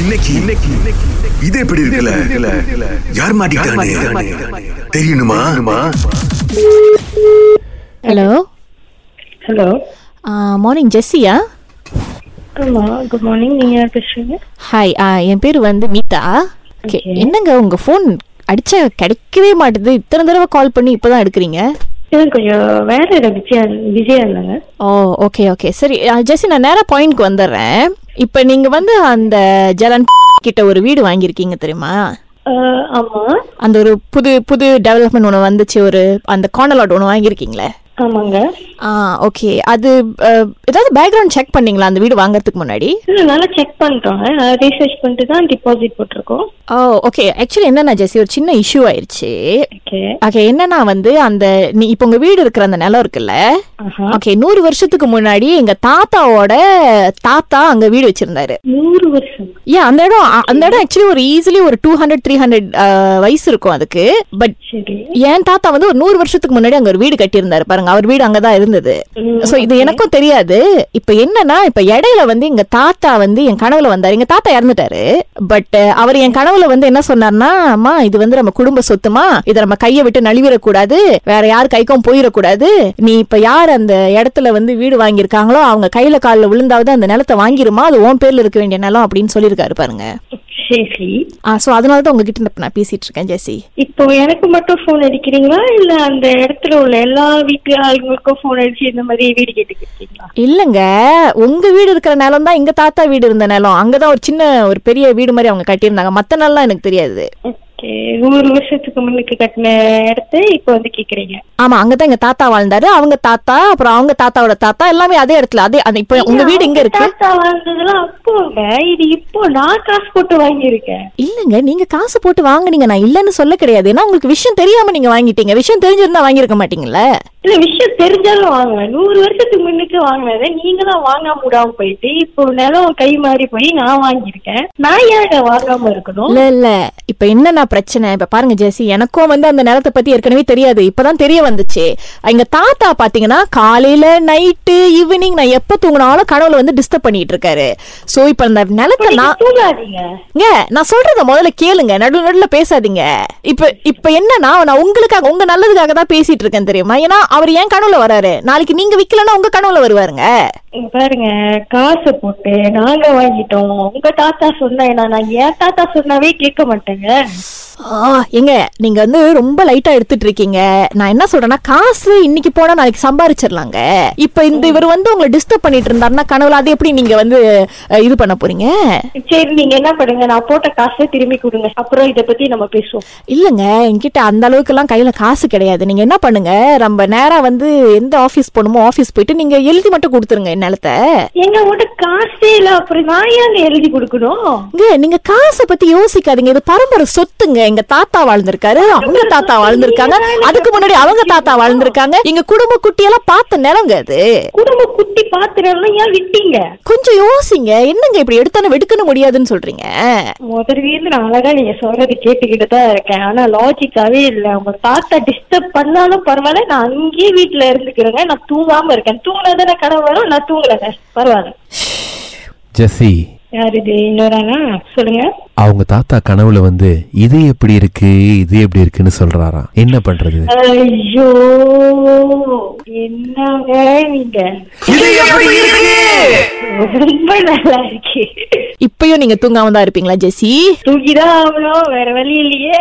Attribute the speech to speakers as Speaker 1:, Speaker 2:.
Speaker 1: இன்னைக்கு இன்னைக்கு இது எப்படி இருக்குல்ல யார் மாட்டிக்கிட்டானே தெரியணுமா
Speaker 2: ஹலோ
Speaker 3: ஹலோ
Speaker 2: மார்னிங் ஜெஸ்ஸியா
Speaker 3: ஆமா குட் மார்னிங் நீங்க யார் பேசுறீங்க
Speaker 2: ஹாய் uh, என் பேர் வந்து மீதா Okay,
Speaker 3: Okay.
Speaker 2: என்னங்க உங்க ஃபோன் அடிச்சா கிடைக்கவே மாட்டுது இத்தனை தடவை கால் பண்ணி இப்பதான் எடுக்கிறீங்க
Speaker 3: எனக்கு கொஞ்சம் வேலையில பிஸியா பிஸியா இருந்தாங்க
Speaker 2: ஓ ஓகே ஓகே சரி அஹ், ஜெஸ்ஸி நான் நேரா பாயிண்ட்க்கு வந்துடுறேன் இப்போ நீங்க வந்து அந்த ஜலன் கிட்ட ஒரு வீடு வாங்கியிருக்கீங்க தெரியுமா
Speaker 3: அஹ், ஆமா
Speaker 2: அந்த ஒரு புது புது டெவலப்மெண்ட் ஒன்று வந்துச்சு ஒரு அந்த கார்னலாட் ஒன்று வாங்கியிருக்கீங்களே
Speaker 3: ஆமாங்க
Speaker 2: ஆ ஓகே அது அஹ், ஏதாவது பேக்ரவுண்ட் செக் பண்ணீங்களா அந்த வீடு வாங்குறதுக்கு முன்னாடி
Speaker 3: இல்ல நல்லா செக் பண்ணிட்டோங்க ரீசர்ச் பண்ணிட்டு தான் டிபாசிட் போட்டிருக்கோம்
Speaker 2: ஓ ஓகே ஆக்சுவலி என்னன்னா ஜெஸ்ஸி ஒரு சின்ன இஷ்யூ ஆயிடுச்சு
Speaker 3: ஓகே
Speaker 2: ஓகே என்னன்னா வந்து அந்த நீ இப்போ உங்க வீடு இருக்கிற அந்த நிலம் இருக்குல்ல
Speaker 3: ஆஹா
Speaker 2: ஓகே நூறு வருஷத்துக்கு முன்னாடி எங்க தாத்தாவோட தாத்தா அங்க வீடு வச்சிருந்தாரு
Speaker 3: நூறு வருஷம்
Speaker 2: ஏன் அந்த இடம் அ- அந்த இடம் ஆக்சுவலி ஒரு ஈஸிலி ஒரு டூ ஹண்ட்ரட் த்ரீ ஹண்ட்ரட் வயசு இருக்கும் அதுக்கு பட்
Speaker 3: சரி
Speaker 2: என் தாத்தா வந்து ஒரு நூறு வருஷத்துக்கு முன்னாடி அங்க ஒரு வீடு கட்டியிருந்தாரு பாருங்க அவர் வீடு அங்கதான் இருந்தது
Speaker 3: ம்,
Speaker 2: சோ இது எனக்கும் தெரியாது இப்ப என்னன்னா இப்ப இடையில வந்து எங்க தாத்தா வந்து என் கனவுல வந்தாரு எங்க தாத்தா இறந்துட்டாரு பட் அவர் என் கனவுல வந்து என்ன சொன்னார்னா அம்மா இது வந்து நம்ம குடும்ப சொத்துமா இதை நம்ம கையை விட்டு நழுவிடக்கூடாது வேற யார் கைக்கும் போயிடக்கூடாது நீ இப்ப யார் அந்த இடத்துல வந்து வீடு வாங்கியிருக்காங்களோ அவங்க கையில காலில் விழுந்தாவது அந்த நிலத்தை வாங்கிருமா அது உன் பேர்ல இருக்க வேண்டிய நிலம் அப்படின்னு சொல்லியிருக்காரு பாருங்க
Speaker 3: சரி
Speaker 2: சோ அதனால தான் உங்ககிட்ட இப்ப நான் பேசிட்டு இருக்கேன் ஜெசி
Speaker 3: இப்போ எனக்கு மட்டும் ஃபோன் அடிக்கிறீங்களா இல்ல அந்த இடத்துல உள்ள எல்லா வீட்டு ஆளுங்களுக்கும் ஃபோன் அடிச்சு இந்த மாதிரி வீடு கேட்டுக்கிட்டீங்களா
Speaker 2: இல்லங்க உங்க வீடு இருக்கிற நிலம் தான் எங்க தாத்தா வீடு இருந்த நிலம் அங்கதான் ஒரு சின்ன ஒரு பெரிய வீடு மாதிரி அவங்க கட்டியிருந்தாங்க மத்த நிலம் எனக்கு தெரியாது
Speaker 3: ஓகே நூறு வருஷத்துக்கு முன்னுக்கு கட்டின இடத்த இப்போ வந்து கேக்குறீங்க
Speaker 2: ஆமா அங்கதான் எங்க தாத்தா வாழ்ந்தாரு அவங்க தாத்தா அப்புறம் அவங்க தாத்தாவோட தாத்தா எல்லாமே அதே இடத்துல அதே அந்த இப்ப உங்க வீடு எங்க இருக்கு
Speaker 3: தாத்தா வாழ்ந்ததெல்லாம் அப்போங்க இது இப்போ நான் காசு போட்டு வாங்கியிருக்கேன்
Speaker 2: இல்லங்க நீங்க காசு போட்டு வாங்குனீங்க நான் இல்லன்னு சொல்ல கிடையாது ஏன்னா உங்களுக்கு விஷயம் தெரியாம நீங்க வாங்கிட்டீங்க விஷயம் தெரிஞ்சிருந்தா வாங்கியிருக்க மாட்டீங்கல்ல
Speaker 3: இல்ல விஷயம் தெரிஞ்சாலும் வாங்குவேன் நூறு வருஷத்துக்கு முன்னுக்கு வாங்கினத நீங்க தான் வாங்காம விடாம போயிட்டு இப்போ நிலம் கை மாறி போய் நான் வாங்கியிருக்கேன் நான் ஏன் வாங்காம இருக்கணும்
Speaker 2: இல்ல இல்ல இப்ப என்னன்னா பிரச்சனை இப்ப பாருங்க ஜெசி எனக்கும் வந்து அந்த நிலத்தை பத்தி ஏற்கனவே தெரியாது இப்பதான் தெரிய வந்துச்சு எங்க தாத்தா பாத்தீங்கன்னா காலையில நைட்டு ஈவினிங் நான் எப்ப தூங்கினாலும் கனவுல வந்து டிஸ்டர்ப் பண்ணிட்டு இருக்காரு சோ இப்ப அந்த நிலத்தை
Speaker 3: நீங்க
Speaker 2: நான்
Speaker 3: தூங்காதீங்க
Speaker 2: ஏங்க, நான் சொல்றத முதல்ல கேளுங்க நடு நடுல பேசாதீங்க இப்ப இப்ப என்னன்னா நான் உங்களுக்காக உங்க நல்லதுக்காக தான் பேசிட்டு இருக்கேன் தெரியுமா ஏன்னா அவர் ஏன் கனவுல வராரு நாளைக்கு நீங்க விக்கலன்னா உங்க கனவுல வருவாருங்க
Speaker 3: இங்க பாருங்க காசு போட்டு நாங்க வாங்கிட்டோம் உங்க தாத்தா சொன்னா என்ன நான் என் தாத்தா சொன்னாவே கேட்க மாட்டேங்க
Speaker 2: ஆ, ஏங்க நீங்க வந்து ரொம்ப லைட்டா எடுத்துட்டு இருக்கீங்க நான் என்ன சொல்றேன்னா காசு இன்னைக்கு போனா நாளைக்கு சம்பாரிச்சிடலாங்க இப்ப இந்த இவர் வந்து உங்களை டிஸ்டர்ப் பண்ணிட்டு இருந்தாருன்னா கனவுல அது எப்படி நீங்க வந்து அஹ், இது பண்ண போறீங்க
Speaker 3: சரி நீங்க என்ன பண்ணுங்க நான் போட்ட காசை திரும்பி கொடுங்க அப்புறம் இத பத்தி நம்ம பேசுவோம்
Speaker 2: இல்லங்க என்கிட்ட அந்த அளவுக்கு எல்லாம் கையில காசு கிடையாது நீங்க என்ன பண்ணுங்க நம்ம நேரா வந்து எந்த ஆபீஸ் போகணுமோ ஆபீஸ் போயிட்டு நீங்க எழுதி மட்டும் கொடுத்துருங்க நிலத்தை
Speaker 3: எங்க உங்கள்கிட்ட காசே இல்ல அப்புறம் நான் ஏன் அங்க எழுதி கொடுக்கணும்
Speaker 2: இங்க நீங்க காசை பத்தி யோசிக்காதீங்க இது பரம்பரை சொத்துங்க எங்க தாத்தா வாழ்ந்திருக்காரு அவங்க தாத்தா வாழ்ந்திருக்காங்க அதுக்கு முன்னாடி அவங்க தாத்தா வாழ்ந்திருக்காங்க எங்க குடும்ப குட்டியெல்லாம் பார்த்த நிலங்க அது
Speaker 3: குடும்ப குட்டி பாத்திரம்லாம் ஏன் விட்டீங்க
Speaker 2: கொஞ்சம் யோசிங்க என்னங்க இப்படி எடுத்தானே வெடுக்கணும் முடியாதுன்னு சொல்றீங்க
Speaker 3: முதல்ல நான் அழகா நீங்க சொல்றது கேட்டுக்கிட்டு தான் இருக்கேன் ஆனா லாஜிக்காவே இல்ல உங்க தாத்தா டிஸ்டர்ப் பண்ணாலும் பரவாயில்ல நான் அங்கேயே வீட்டுல இருந்துக்கிறேங்க நான் தூங்காம இருக்கேன் தூங்கினதான கனவு வரும் நான் தூங்கலங்க பரவாயில்ல
Speaker 4: ஜெஸ்ஸி
Speaker 3: யார் இது இன்னொரு சொல்லுங்க
Speaker 4: அவங்க தாத்தா கனவுல வந்து இது எப்படி இருக்கு இது எப்படி இருக்குன்னு சொல்றாராம் என்ன பண்றது
Speaker 3: ஐயோ என்னங்க நீங்க ரொம்ப நல்லா இருக்கு
Speaker 2: இப்பயும் நீங்க தூங்காம தான் இருப்பீங்களா ஜெசி
Speaker 3: தூக்கிதான் ஆகணும் வேற வழி இல்லையே